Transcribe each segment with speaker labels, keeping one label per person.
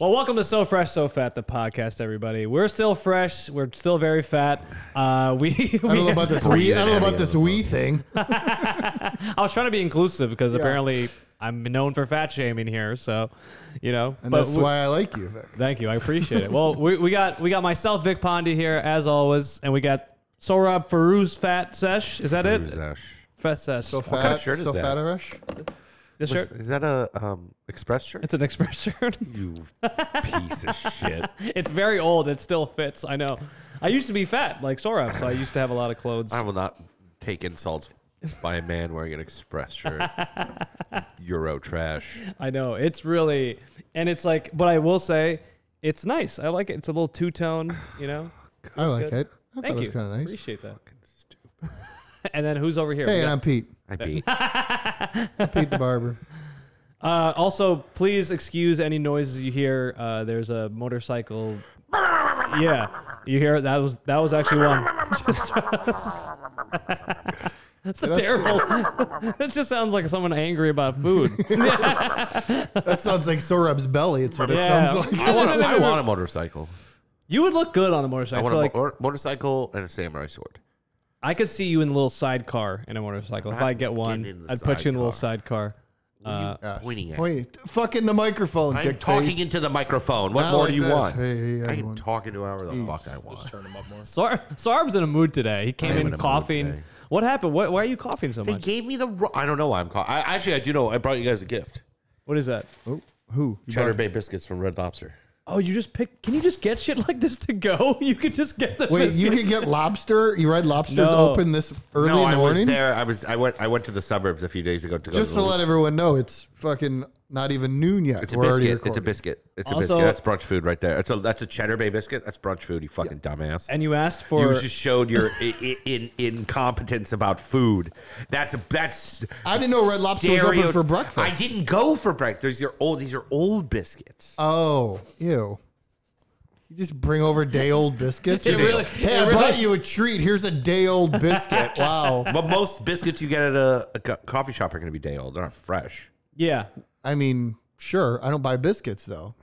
Speaker 1: Well, welcome to So Fresh, So Fat, the podcast, everybody. We're still fresh. We're still very fat. Uh, we,
Speaker 2: I don't
Speaker 1: we-
Speaker 2: know about this
Speaker 3: Before
Speaker 2: we. I
Speaker 3: you get
Speaker 2: don't know
Speaker 3: any
Speaker 2: about
Speaker 3: of
Speaker 2: this
Speaker 3: the
Speaker 2: we thing.
Speaker 1: I was trying to be inclusive because
Speaker 2: Yeah.
Speaker 1: apparently I'm known for fat shaming here. So, you know,
Speaker 2: And
Speaker 1: but
Speaker 2: that's
Speaker 1: we-
Speaker 2: why I like you, Vic.
Speaker 1: thank you. I appreciate it. Well, we, we got we got myself, Vic Pondi here as always, and we got Sorab Farooz Fat Sesh. Is that it? Fat Sesh.
Speaker 2: So fat,
Speaker 3: kind of shirt is
Speaker 2: so
Speaker 3: that?
Speaker 2: fat, Arash.
Speaker 1: This
Speaker 3: Is,
Speaker 1: shirt.
Speaker 3: is that a um, express shirt?
Speaker 1: It's an express shirt.
Speaker 3: you piece of shit.
Speaker 1: it's very old. It still fits. I know. I used to be fat like Sorab, so I used to have a lot of clothes.
Speaker 3: I will not take insults by a man wearing an express shirt. Euro trash.
Speaker 1: I know it's really, and it's like, but I will say, it's nice. I like it. It's a little two tone, you know.
Speaker 2: I like
Speaker 1: good.
Speaker 2: it. I
Speaker 1: Thank
Speaker 2: thought
Speaker 1: you.
Speaker 2: it was kind of nice.
Speaker 1: Appreciate that.
Speaker 3: Fucking stupid.
Speaker 1: And then who's over here? We
Speaker 2: Hey, and
Speaker 1: got-
Speaker 2: I'm Pete.
Speaker 3: I beat.
Speaker 2: Pete the barber.
Speaker 1: uh, also, please excuse any noises you hear. Uh, there's a motorcycle. yeah, you hear it? that was that was actually one. That's a terrible. that just sounds like someone angry about food.
Speaker 2: That sounds like Sorab's belly. It's what
Speaker 1: Yeah.
Speaker 2: it sounds like.
Speaker 3: I want, a, I want a motorcycle.
Speaker 1: You would look good on a
Speaker 3: I
Speaker 1: motorcycle. I,
Speaker 3: want
Speaker 1: feel
Speaker 3: a
Speaker 1: like
Speaker 3: mo- motorcycle and a samurai sword.
Speaker 1: I could see you in a little sidecar in a motorcycle. If
Speaker 3: not
Speaker 1: I get
Speaker 3: getting
Speaker 1: one,
Speaker 3: in the
Speaker 1: I'd put you in a little
Speaker 3: sidecar.
Speaker 1: sidecar.
Speaker 3: Uh,
Speaker 2: Gosh,
Speaker 3: pointing at.
Speaker 2: Pointing. Fucking the microphone,
Speaker 3: I'm
Speaker 2: dick
Speaker 3: talking
Speaker 2: face.
Speaker 3: into the microphone. What
Speaker 2: Not
Speaker 3: more
Speaker 2: like
Speaker 3: do you
Speaker 2: this.
Speaker 3: want?
Speaker 2: Hey, hey,
Speaker 3: I am
Speaker 2: everyone.
Speaker 3: talking to whoever the fuck I want.
Speaker 1: Sar- Sarb's in a mood today. He came
Speaker 3: am in a
Speaker 1: in
Speaker 3: mood
Speaker 1: coughing.
Speaker 3: today.
Speaker 1: What happened? Why, why are you coughing so
Speaker 3: They
Speaker 1: much?
Speaker 3: gave me the. Ro- I don't know why I'm calling. I, actually, I do know. I brought you guys a gift:
Speaker 1: What is that?
Speaker 2: Oh, who? You
Speaker 3: Cheddar
Speaker 2: brought-
Speaker 3: Bay biscuits from Red Lobster.
Speaker 1: Oh, you just pick. Can you just get shit like this to go? You could just get the.
Speaker 2: Wait, you
Speaker 1: biscuits.
Speaker 2: can get lobster. You read lobsters
Speaker 1: No.
Speaker 2: open this early
Speaker 3: no,
Speaker 2: in the
Speaker 3: I was
Speaker 2: morning.
Speaker 3: there. I was. I went. I went to the suburbs a few days ago to go.
Speaker 2: Just
Speaker 3: to
Speaker 2: to
Speaker 3: the,
Speaker 2: let everyone know, it's fucking not even noon yet.
Speaker 3: It's a
Speaker 2: We're already
Speaker 3: biscuit. It's a
Speaker 2: recording.
Speaker 3: biscuit. It's
Speaker 1: Also-
Speaker 3: a biscuit. That's brunch food right there. It's a, that's a cheddar bay biscuit. That's brunch food. You fucking dumbass.
Speaker 1: And you asked for.
Speaker 3: you just showed your I- I- in, incompetence about food. That's that's.
Speaker 2: I didn't know Red Lobster was open for breakfast.
Speaker 3: I didn't go for breakfast. These are old. These are old biscuits.
Speaker 2: Oh, ew. You just bring over day old biscuits.
Speaker 1: It
Speaker 2: You're like,
Speaker 1: really-
Speaker 2: hey,
Speaker 1: it
Speaker 2: I brought
Speaker 1: really-
Speaker 2: you a treat. Here's a day old biscuit. Wow.
Speaker 3: but most biscuits you get at a, a co- coffee shop are going to be day old. They're not fresh.
Speaker 1: yeah.
Speaker 2: I mean, sure. I don't buy biscuits though.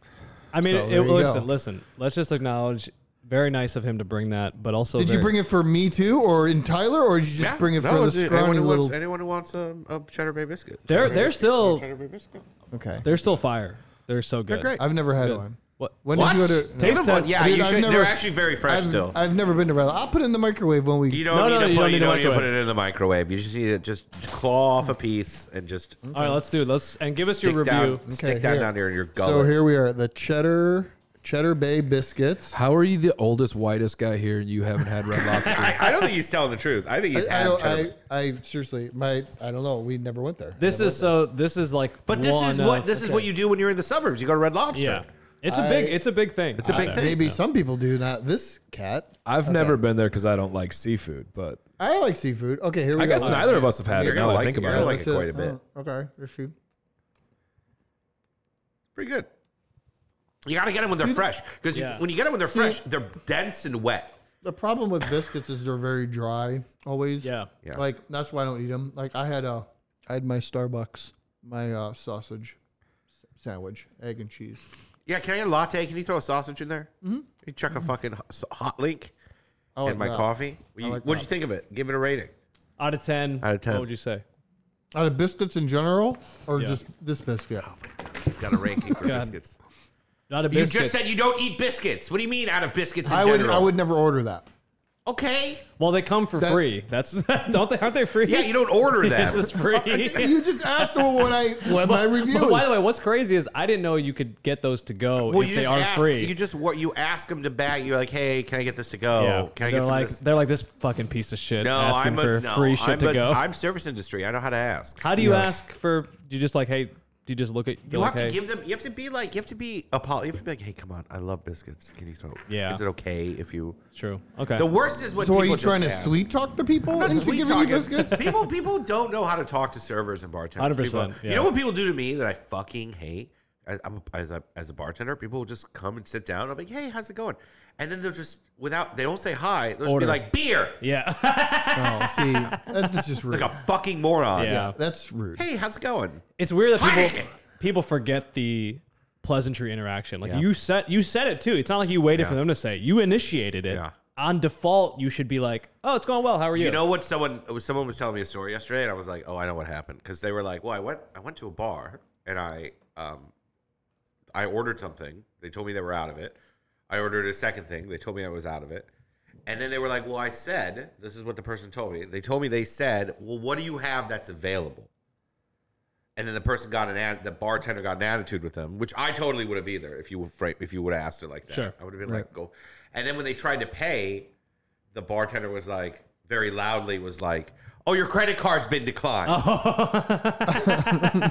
Speaker 1: I mean,
Speaker 2: So
Speaker 1: it-
Speaker 2: there you
Speaker 1: listen,
Speaker 2: go.
Speaker 1: listen. Let's just acknowledge. Very nice of him to bring that, but also.
Speaker 2: Did you
Speaker 1: very-
Speaker 2: bring it for me too, or in Tyler, or did you just
Speaker 3: Yeah.
Speaker 2: bring it
Speaker 3: No,
Speaker 2: for the
Speaker 3: it's- anyone
Speaker 2: scrawny
Speaker 3: who
Speaker 2: little?
Speaker 3: Wants, anyone who wants a, a cheddar bay biscuit.
Speaker 1: They're
Speaker 3: Cheddar Bay
Speaker 1: they're
Speaker 3: biscuit.
Speaker 1: still
Speaker 3: Cheddar bay biscuit.
Speaker 2: Okay,
Speaker 1: they're still fire. They're so good.
Speaker 3: great.
Speaker 2: I've never had one.
Speaker 1: What?
Speaker 2: When
Speaker 3: What?
Speaker 2: did you go to?
Speaker 1: Taste
Speaker 3: Even one-
Speaker 1: test.
Speaker 3: Yeah,
Speaker 2: Dude,
Speaker 3: you
Speaker 2: I've
Speaker 3: should,
Speaker 2: never-
Speaker 3: they're actually very fresh
Speaker 2: I've,
Speaker 3: still.
Speaker 2: I've never been to Red. I'll put it in the microwave when we.
Speaker 3: You don't
Speaker 1: No,
Speaker 3: need
Speaker 1: no,
Speaker 3: to
Speaker 1: you
Speaker 3: put,
Speaker 1: don't
Speaker 3: you
Speaker 1: need to
Speaker 3: don't need to put
Speaker 1: microwave.
Speaker 3: it in the microwave. You just need to just claw off a piece and just
Speaker 2: Mm.
Speaker 1: All right, let's do it. Let's and give us your
Speaker 3: stick
Speaker 1: review.
Speaker 3: down, stick down
Speaker 2: here.
Speaker 3: down there in your gullet.
Speaker 2: so here we are, the cheddar cheddar bay biscuits.
Speaker 4: How are you the oldest, whitest guy here and you haven't had red lobster?
Speaker 3: I, I don't think he's telling the truth. I think he's
Speaker 2: I, I
Speaker 3: had
Speaker 2: don't.
Speaker 3: cheddar.
Speaker 2: I, I seriously, my I don't know. We never went there.
Speaker 1: This is so. This is like.
Speaker 3: but this is
Speaker 1: one
Speaker 3: what
Speaker 1: of-
Speaker 3: this is what you do when you're in the suburbs. You go to Red Lobster.
Speaker 1: Yeah. It's a
Speaker 2: I-
Speaker 1: big. It's a big thing.
Speaker 3: It's a big thing.
Speaker 2: Maybe some people do not. This cat.
Speaker 4: I've never been there because I don't like seafood, but
Speaker 2: I like seafood. Okay, here we
Speaker 4: I
Speaker 2: go.
Speaker 4: guess
Speaker 2: Let's-
Speaker 4: neither of us have had
Speaker 3: You're
Speaker 4: it.
Speaker 3: gonna
Speaker 4: Now that I
Speaker 3: like
Speaker 4: think
Speaker 3: it.
Speaker 4: about
Speaker 3: You're
Speaker 4: it.
Speaker 3: gonna like
Speaker 2: that's
Speaker 3: it quite a bit.
Speaker 2: Oh, okay, there's food.
Speaker 3: Pretty good. You got to get them when they're fresh because
Speaker 1: Yeah.
Speaker 3: when you get them when they're fresh, they're dense and wet.
Speaker 2: The problem with biscuits is they're very dry always.
Speaker 1: Yeah.
Speaker 3: Yeah.
Speaker 2: Like that's why I don't eat them. Like I had a, I had my Starbucks, my uh, sausage s- sandwich, egg and cheese.
Speaker 3: Yeah, can I get a latte? Can you throw a sausage in there? Mm-hmm. You chuck a fucking hot- hot link
Speaker 2: I like
Speaker 3: in my
Speaker 2: that.
Speaker 3: coffee. You-
Speaker 2: like
Speaker 3: what'd
Speaker 2: that.
Speaker 3: you think of it? Give it a rating.
Speaker 1: Out of ten.
Speaker 3: Out of 10.
Speaker 1: What would you say?
Speaker 2: Out of biscuits in general, or
Speaker 1: Yeah.
Speaker 2: just this biscuit?
Speaker 3: Oh, He's got a ranking for
Speaker 1: God.
Speaker 3: biscuits.
Speaker 1: Not a
Speaker 3: You
Speaker 1: biscuit.
Speaker 3: just said you don't eat biscuits. What do you mean out of biscuits in
Speaker 2: I would,
Speaker 3: general?
Speaker 2: I would never order that.
Speaker 3: Okay.
Speaker 1: well, they come for
Speaker 2: That-
Speaker 1: free. That's don't they? Aren't they free?
Speaker 3: Yeah, you don't order
Speaker 1: This
Speaker 3: them.
Speaker 1: is free.
Speaker 2: You just asked them when I when my review.
Speaker 1: But by the way, what's crazy is I didn't know you could get those to go
Speaker 3: well,
Speaker 1: if
Speaker 3: you
Speaker 1: they
Speaker 3: just
Speaker 1: are
Speaker 3: ask,
Speaker 1: free.
Speaker 3: You just what you ask them to bag. You're like, hey, can I get this to go?
Speaker 1: yeah.
Speaker 3: Oh, Can I
Speaker 1: they're
Speaker 3: get some
Speaker 1: like
Speaker 3: of this?
Speaker 1: they're like this fucking piece of shit
Speaker 3: No,
Speaker 1: asking
Speaker 3: I'm a,
Speaker 1: for
Speaker 3: no,
Speaker 1: free shit
Speaker 3: I'm
Speaker 1: to
Speaker 3: a-
Speaker 1: go.
Speaker 3: I'm service industry. I know how to ask.
Speaker 1: How do you ask for? You just like hey? Do you just look at?
Speaker 3: you
Speaker 1: like,
Speaker 3: have
Speaker 1: hey,
Speaker 3: to give them. You have to be like. You have to be apol. You have to be like, hey, come on, I love biscuits. Can you throw?
Speaker 1: Yeah.
Speaker 3: Is it okay if you?
Speaker 1: True. Okay.
Speaker 3: The worst is what.
Speaker 2: so are
Speaker 3: people
Speaker 2: you
Speaker 3: just
Speaker 2: trying to
Speaker 3: ask.
Speaker 2: sweet talk the people
Speaker 3: Not
Speaker 2: into
Speaker 3: sweet
Speaker 2: giving you
Speaker 3: talking.
Speaker 2: biscuits?
Speaker 3: People, people don't know how to talk to servers and bartenders.
Speaker 1: 100%,
Speaker 3: People-
Speaker 1: yeah.
Speaker 3: You know what people do to me that I fucking hate? I, I'm a- as a as a bartender, people will just come and sit down. I'm like, hey, how's it going? And then they'll just without they don't say hi. They'll just
Speaker 1: Order.
Speaker 3: be like beer,
Speaker 1: yeah.
Speaker 2: No, Oh, see, that- that's just rude.
Speaker 3: like a fucking moron.
Speaker 1: Yeah.
Speaker 2: That's rude.
Speaker 3: Hey, how's it going?
Speaker 1: It's weird that people
Speaker 3: Heineken.
Speaker 1: people forget the pleasantry interaction. Like
Speaker 5: Yeah.
Speaker 1: you said, you said it too. It's not like you waited for
Speaker 3: Yeah.
Speaker 1: them to say. it. You initiated it.
Speaker 3: Yeah.
Speaker 1: On default, you should be like, "Oh, it's going well. How are you?"
Speaker 3: You know what? Someone it was someone was telling me a story yesterday, and I was like, "Oh, I know what happened." Because they were like, "Well, I went I went to a bar and I um I ordered something. They told me they were out of it. I ordered a second thing. They told me I was out of it. And then they were like, "Well, I said this is what the person told me. They told me they said, "Well, what do you have that's available?" And then the person got an ad, the bartender got an attitude with them, which I totally would have either if you were fra- if you would have asked it like that.
Speaker 1: Sure.
Speaker 3: I would have been like, "Go." And then when they tried to pay, the bartender was like very loudly was like oh your credit card's been declined
Speaker 1: Oh.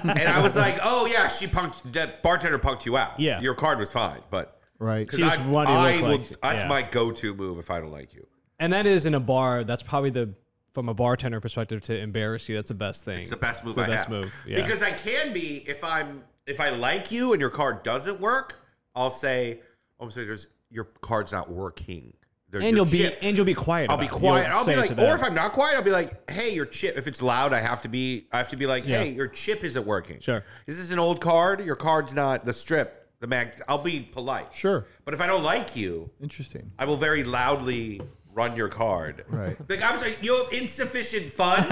Speaker 3: and i was like oh yeah she punked that bartender punked you out
Speaker 1: Yeah.
Speaker 3: your card was fine but
Speaker 2: Right.
Speaker 1: She just wanted to
Speaker 3: I
Speaker 1: look
Speaker 3: will,
Speaker 1: like-
Speaker 3: that's
Speaker 1: yeah.
Speaker 3: my go-to move if i don't like you
Speaker 1: and that is in a bar. That's probably the from a bartender perspective to embarrass you. That's the best thing.
Speaker 3: it's the best move
Speaker 1: the
Speaker 3: i
Speaker 1: best
Speaker 3: have
Speaker 1: move, yeah.
Speaker 3: because i can be if i'm if i like you and your card doesn't work i'll say oh, i'm sorry there's your card's not working There's
Speaker 1: And
Speaker 3: your
Speaker 1: you'll be
Speaker 3: chip.
Speaker 1: and you'll be quiet.
Speaker 3: I'll
Speaker 1: about
Speaker 3: be
Speaker 1: it. You'll
Speaker 3: quiet. I'll
Speaker 1: say
Speaker 3: be
Speaker 1: it
Speaker 3: like,
Speaker 1: to
Speaker 3: or
Speaker 1: them.
Speaker 3: if I'm not quiet, I'll be like, "Hey, your chip." If it's loud, I have to be. I have to be like,
Speaker 1: Yeah.
Speaker 3: "Hey, your chip isn't working."
Speaker 1: Sure.
Speaker 3: Is this an old card? Your card's not the strip. The mag. I'll be polite.
Speaker 2: Sure.
Speaker 3: But if I don't like you,
Speaker 2: Interesting.
Speaker 3: I will very loudly run your card.
Speaker 2: Right.
Speaker 3: Like I'm sorry, you have insufficient funds.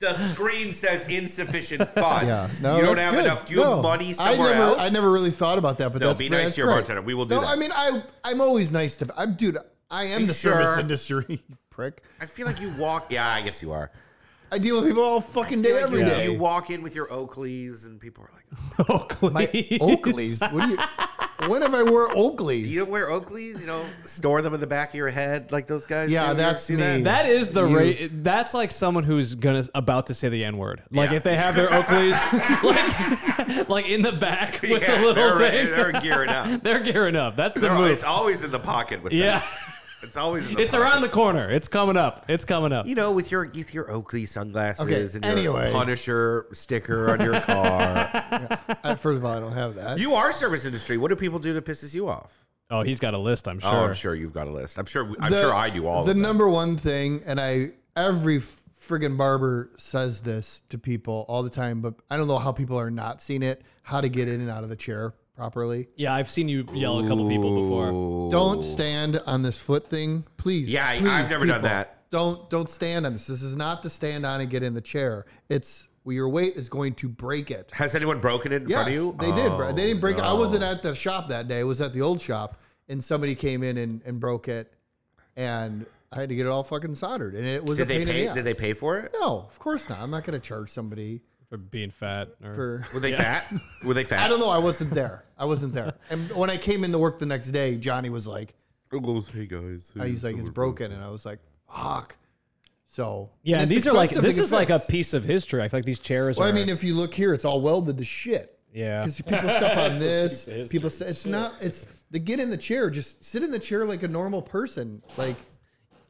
Speaker 3: the screen says insufficient funds.
Speaker 2: Yeah. No,
Speaker 3: you don't
Speaker 2: that's
Speaker 3: have
Speaker 2: good.
Speaker 3: enough. Do you have
Speaker 2: No,
Speaker 3: money somewhere
Speaker 2: I never,
Speaker 3: else?
Speaker 2: I never really thought about that, but
Speaker 3: No,
Speaker 2: that's
Speaker 3: be nice
Speaker 2: that's
Speaker 3: to your
Speaker 2: great.
Speaker 3: bartender. We will do
Speaker 2: No,
Speaker 3: that.
Speaker 2: I mean, I I'm always nice to. I'm dude. I am
Speaker 3: Be
Speaker 2: the
Speaker 3: sure.
Speaker 2: service industry you prick.
Speaker 3: I feel like you walk. Yeah, I guess you are.
Speaker 2: I deal with people all fucking day every
Speaker 3: you,
Speaker 2: day.
Speaker 3: you walk in with your Oakleys, and people are like,
Speaker 1: Oakley.
Speaker 2: My Oakleys. What do you? When have I wore Oakleys?
Speaker 3: You don't wear Oakleys, you know, store them in the back of your head like those guys.
Speaker 2: Yeah,
Speaker 3: do? You
Speaker 2: that's
Speaker 3: ever see
Speaker 2: me.
Speaker 1: That is the
Speaker 2: You-
Speaker 1: rate. That's like someone who's gonna about to say the n word. Like
Speaker 3: Yeah.
Speaker 1: if they have their Oakleys, like, like in the back with
Speaker 3: Yeah,
Speaker 1: the little
Speaker 3: they're,
Speaker 1: thing.
Speaker 3: they're gearing up.
Speaker 1: They're gearing up. That's the
Speaker 3: They're, al- it's
Speaker 1: move.
Speaker 3: always in the pocket with them.
Speaker 1: Yeah,
Speaker 3: It's always in the
Speaker 1: it's
Speaker 3: pocket.
Speaker 1: around the corner. It's coming up. It's coming up.
Speaker 3: You know, with your with your Oakley sunglasses
Speaker 2: Okay,
Speaker 3: and
Speaker 2: anyway.
Speaker 3: your Punisher sticker on your car.
Speaker 2: I, first of all, I don't have that.
Speaker 3: you are service industry. What do people do that pisses you off?
Speaker 1: Oh, he's got a list. I'm sure.
Speaker 3: Oh, I'm sure you've got a list. I'm sure I'm sure I do all
Speaker 2: the
Speaker 3: of them.
Speaker 2: number one thing, and I every friggin' barber says this to people all the time, but I don't know how people are not seeing it. How to get in and out of the chair properly.
Speaker 1: Yeah, I've seen you yell at a couple people before.
Speaker 2: Don't stand on this foot thing, please.
Speaker 3: Yeah, I-
Speaker 2: please,
Speaker 3: I've never done that.
Speaker 2: Don't don't stand on this. This is not to stand on and get in the chair. It's well, your weight is going to break it.
Speaker 3: Has anyone broken it in
Speaker 2: Yes,
Speaker 3: front of you?
Speaker 2: they did. Bro.
Speaker 3: Oh,
Speaker 2: They didn't break it. I
Speaker 3: no.
Speaker 2: wasn't at the shop that day. I was at the old shop, and somebody came in and, and broke it, and I had to get it all fucking soldered. And it was
Speaker 3: Did
Speaker 2: a
Speaker 3: they
Speaker 2: pain
Speaker 3: pay?
Speaker 2: in the
Speaker 3: Did they
Speaker 2: ass.
Speaker 3: pay for it?
Speaker 2: No, of course not. I'm not going to charge somebody
Speaker 1: For being fat. Or,
Speaker 2: for.
Speaker 3: Were they fat? Were they fat?
Speaker 2: I don't know. I wasn't there. I wasn't there. And when I came into work the next day, Johnny was like,
Speaker 3: Hey guys.
Speaker 2: "He's like, it's broken," and I was like, "Fuck." So
Speaker 1: yeah,
Speaker 2: and
Speaker 1: and
Speaker 2: it's
Speaker 1: these are like
Speaker 2: expensive
Speaker 1: this
Speaker 2: to get
Speaker 1: is like a
Speaker 2: fixed.
Speaker 1: piece of history. I feel like these chairs
Speaker 2: Well,
Speaker 1: are.
Speaker 2: I mean, if you look here, it's all welded to shit.
Speaker 1: Yeah.
Speaker 2: Because people step on this. People say it's not. It's the get in the chair. Just sit in the chair like a normal person, like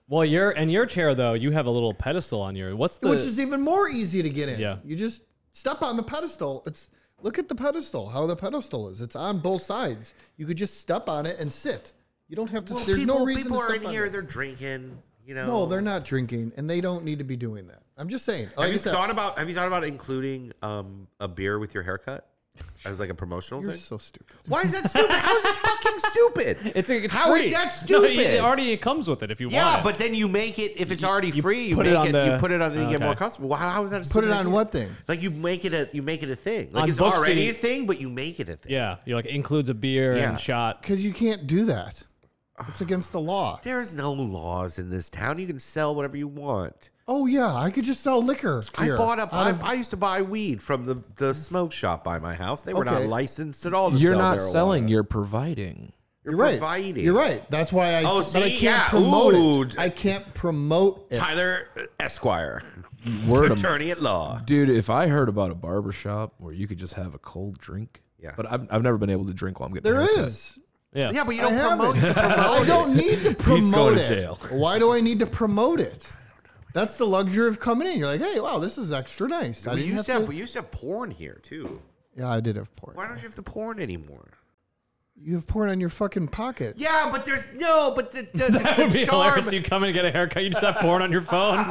Speaker 1: well, your and your chair though, you have a little pedestal on your. What's the?
Speaker 2: which is even more easy to get in.
Speaker 1: Yeah.
Speaker 2: You just step on the pedestal. It's look at the pedestal. How the pedestal is. It's on both sides. You could just step on it and sit. You don't have to.
Speaker 3: Well,
Speaker 2: there's
Speaker 3: people,
Speaker 2: no reason.
Speaker 3: people
Speaker 2: to
Speaker 3: are
Speaker 2: step
Speaker 3: in
Speaker 2: on
Speaker 3: here.
Speaker 2: it.
Speaker 3: They're drinking. You know.
Speaker 2: no, they're not drinking, and they don't need to be doing that. I'm just saying. Like
Speaker 3: Have
Speaker 2: I
Speaker 3: you
Speaker 2: said,
Speaker 3: thought about Have you thought about including um, a beer with your haircut as like a promotional
Speaker 2: you're
Speaker 3: thing?
Speaker 2: so stupid.
Speaker 3: Why is that stupid? How is this fucking stupid?
Speaker 1: it's, it's
Speaker 3: How is
Speaker 1: free.
Speaker 3: that
Speaker 1: No,
Speaker 3: stupid?
Speaker 1: it already comes with it if you want.
Speaker 3: yeah,
Speaker 1: it.
Speaker 3: but then you make it if it's already
Speaker 1: you
Speaker 3: free. You
Speaker 1: put
Speaker 3: put
Speaker 1: it
Speaker 3: make it,
Speaker 1: on the-
Speaker 3: you put it on and you get
Speaker 1: Okay.
Speaker 3: more customers. Well, how is that? A
Speaker 2: Put
Speaker 3: stupid
Speaker 2: it on
Speaker 3: idea?
Speaker 2: what thing?
Speaker 3: Like you make it a you make it a thing. Like
Speaker 1: On
Speaker 3: it's
Speaker 1: Book
Speaker 3: already
Speaker 1: City-
Speaker 3: a thing, but you make it a thing.
Speaker 1: yeah, you like includes a beer
Speaker 3: Yeah.
Speaker 1: and shot.
Speaker 2: Because you can't do that. It's against the law.
Speaker 3: There's no laws in this town. You can sell whatever you want.
Speaker 2: Oh yeah, I could just sell liquor.
Speaker 3: I
Speaker 2: here
Speaker 3: bought up.
Speaker 2: out
Speaker 3: I,
Speaker 2: of-
Speaker 3: I used to buy weed from the, the smoke shop by my house. They were not
Speaker 2: Okay.
Speaker 3: licensed at all. To
Speaker 4: You're
Speaker 3: sell
Speaker 4: not
Speaker 3: marijuana.
Speaker 4: selling, you're providing.
Speaker 3: You're,
Speaker 2: You're right.
Speaker 3: providing.
Speaker 2: You're right. That's why I.
Speaker 3: Oh,
Speaker 2: but I
Speaker 3: see?
Speaker 2: can't
Speaker 3: Yeah.
Speaker 2: promote
Speaker 3: Ooh.
Speaker 2: it. I can't promote it.
Speaker 3: Tyler Esquire,
Speaker 4: Word of
Speaker 3: attorney at law.
Speaker 4: Dude, if I heard about a barber shop where you could just have a cold drink,
Speaker 3: Yeah.
Speaker 4: But I've, I've never been able to drink while I'm getting a
Speaker 2: There
Speaker 4: haircut.
Speaker 2: is.
Speaker 1: Yeah.
Speaker 3: Yeah, but you
Speaker 2: I
Speaker 3: don't
Speaker 2: have
Speaker 3: promote. You
Speaker 2: it. I
Speaker 3: promote
Speaker 2: don't
Speaker 3: it.
Speaker 2: need to promote
Speaker 4: going to
Speaker 2: it.
Speaker 4: jail.
Speaker 2: Why do I need to promote it? That's the luxury of coming in. You're like, hey, wow, this is extra nice. I
Speaker 3: We
Speaker 2: didn't
Speaker 3: used
Speaker 2: have
Speaker 3: to have
Speaker 2: to-
Speaker 3: we used to have porn here too.
Speaker 2: yeah, I did have porn.
Speaker 3: Why don't you have the porn anymore?
Speaker 2: You have porn on your fucking pocket.
Speaker 3: Yeah, but there's no, but the, the,
Speaker 1: That
Speaker 3: the
Speaker 1: would be
Speaker 3: charm.
Speaker 1: hilarious. You come and get a haircut. You just have porn on your phone.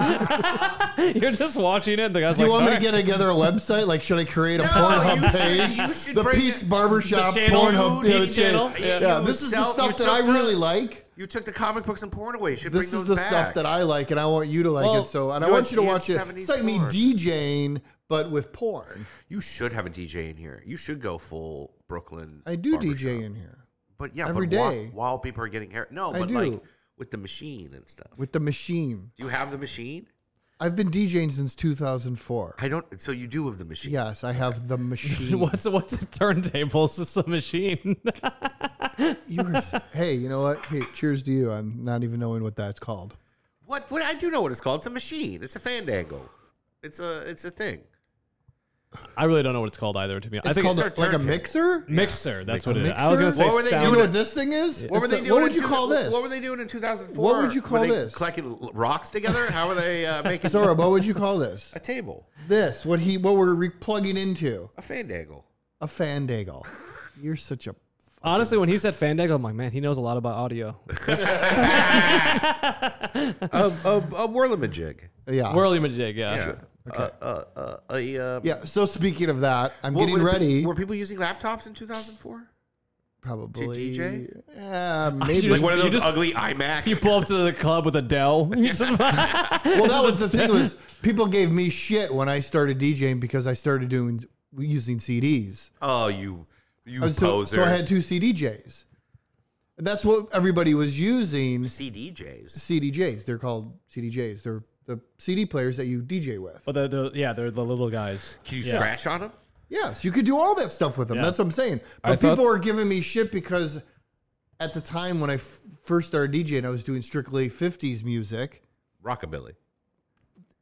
Speaker 1: You're just watching it. The guy's
Speaker 2: Do you
Speaker 1: like,
Speaker 2: want me
Speaker 1: "All
Speaker 2: to get together a website? Like, should I create a
Speaker 3: No,
Speaker 2: Pornhub
Speaker 3: you should-
Speaker 2: page?
Speaker 3: you should
Speaker 2: the
Speaker 3: bring
Speaker 2: Pete's
Speaker 3: it-
Speaker 2: Barbershop
Speaker 1: the channel,
Speaker 2: Pornhub
Speaker 1: Pete's
Speaker 2: yeah,
Speaker 1: channel.
Speaker 2: Yeah,
Speaker 3: Yeah.
Speaker 2: this is
Speaker 3: Yourself-
Speaker 2: the stuff that I
Speaker 3: yourself-
Speaker 2: really like.
Speaker 3: You took the comic books and porn away. You should
Speaker 2: This
Speaker 3: bring
Speaker 2: is
Speaker 3: those
Speaker 2: the
Speaker 3: back.
Speaker 2: stuff that I like, and I want you to like
Speaker 1: Well,
Speaker 2: it. So, and I
Speaker 3: you
Speaker 2: want
Speaker 3: want
Speaker 2: you to watch it.
Speaker 3: 70s
Speaker 2: It's like me
Speaker 3: porn.
Speaker 2: DJing, but with porn.
Speaker 3: you should have a DJ in here. You should go full Brooklyn.
Speaker 2: I do
Speaker 3: barbershop.
Speaker 2: DJ in here
Speaker 3: but yeah,
Speaker 2: every
Speaker 3: but while-
Speaker 2: day.
Speaker 3: while, people are getting hair. No,
Speaker 2: I
Speaker 3: but
Speaker 2: do.
Speaker 3: like with the machine and stuff.
Speaker 2: with the machine.
Speaker 3: do you have the machine?
Speaker 2: I've been DJing since 2004.
Speaker 3: I don't. So you do have the machine.
Speaker 2: Yes, I have the machine.
Speaker 1: What's what's a turntable? It's just a machine.
Speaker 2: You were s- hey, you know what? Hey, cheers to you. I'm not even knowing what that's called.
Speaker 3: What? What? I do know what it's called. It's a machine. It's a fandango. It's a. It's a thing.
Speaker 1: I really don't know what it's called either. To be honest,
Speaker 2: It's
Speaker 1: I think
Speaker 2: called
Speaker 1: it's
Speaker 2: a,
Speaker 3: our
Speaker 2: like a
Speaker 3: turntable.
Speaker 2: mixer.
Speaker 1: mixer. That's what it is.
Speaker 2: Mixer?
Speaker 1: I was gonna say
Speaker 3: What were they
Speaker 1: sound.
Speaker 2: Do you know what this thing is?
Speaker 3: What were
Speaker 2: It's a-
Speaker 3: they doing?
Speaker 2: What would
Speaker 3: in
Speaker 2: you
Speaker 3: two-
Speaker 2: call this?
Speaker 3: What were they doing in 2004?
Speaker 2: What would you call
Speaker 3: Were they
Speaker 2: this?
Speaker 3: Collecting l- rocks together? How were they uh, making
Speaker 2: Zora, what would you call this?
Speaker 3: a table?
Speaker 2: This what he what we're re- plugging into
Speaker 3: A fandangle.
Speaker 2: a fandangle. You're such a
Speaker 1: honestly, when he said Fandango, I'm like, man, he knows a lot about audio.
Speaker 3: a, a, a whirlimajig.
Speaker 2: yeah
Speaker 1: Whirly yeah. yeah.
Speaker 3: Okay. Uh, uh, uh, a, um,
Speaker 2: yeah. So speaking of that, I'm
Speaker 3: what
Speaker 2: getting
Speaker 3: were the-
Speaker 2: ready.
Speaker 3: Were people using laptops in 2004?
Speaker 2: probably
Speaker 3: DJ?
Speaker 2: Yeah,
Speaker 1: You
Speaker 2: maybe.
Speaker 1: just- you just-
Speaker 3: ugly iMac.
Speaker 1: You pull up to the club with a Dell. You just-
Speaker 2: well, that was the thing was people gave me shit when I started DJing because I started doing using CDs.
Speaker 3: oh, you you
Speaker 2: And so,
Speaker 3: poser.
Speaker 2: so I had two CDJs, and that's what everybody was using.
Speaker 3: CDJs.
Speaker 2: CDJs. They're called CDJs. They're the CD players that you DJ with.
Speaker 1: but they're, they're, yeah, they're the little guys.
Speaker 3: Can you scratch on them?
Speaker 2: Yes, you could do all that stuff with them.
Speaker 1: Yeah.
Speaker 2: That's what I'm saying. But
Speaker 4: thought-
Speaker 2: people were giving me shit because at the time when I f- first started DJing, I was doing strictly 50s music,
Speaker 3: Rockabilly.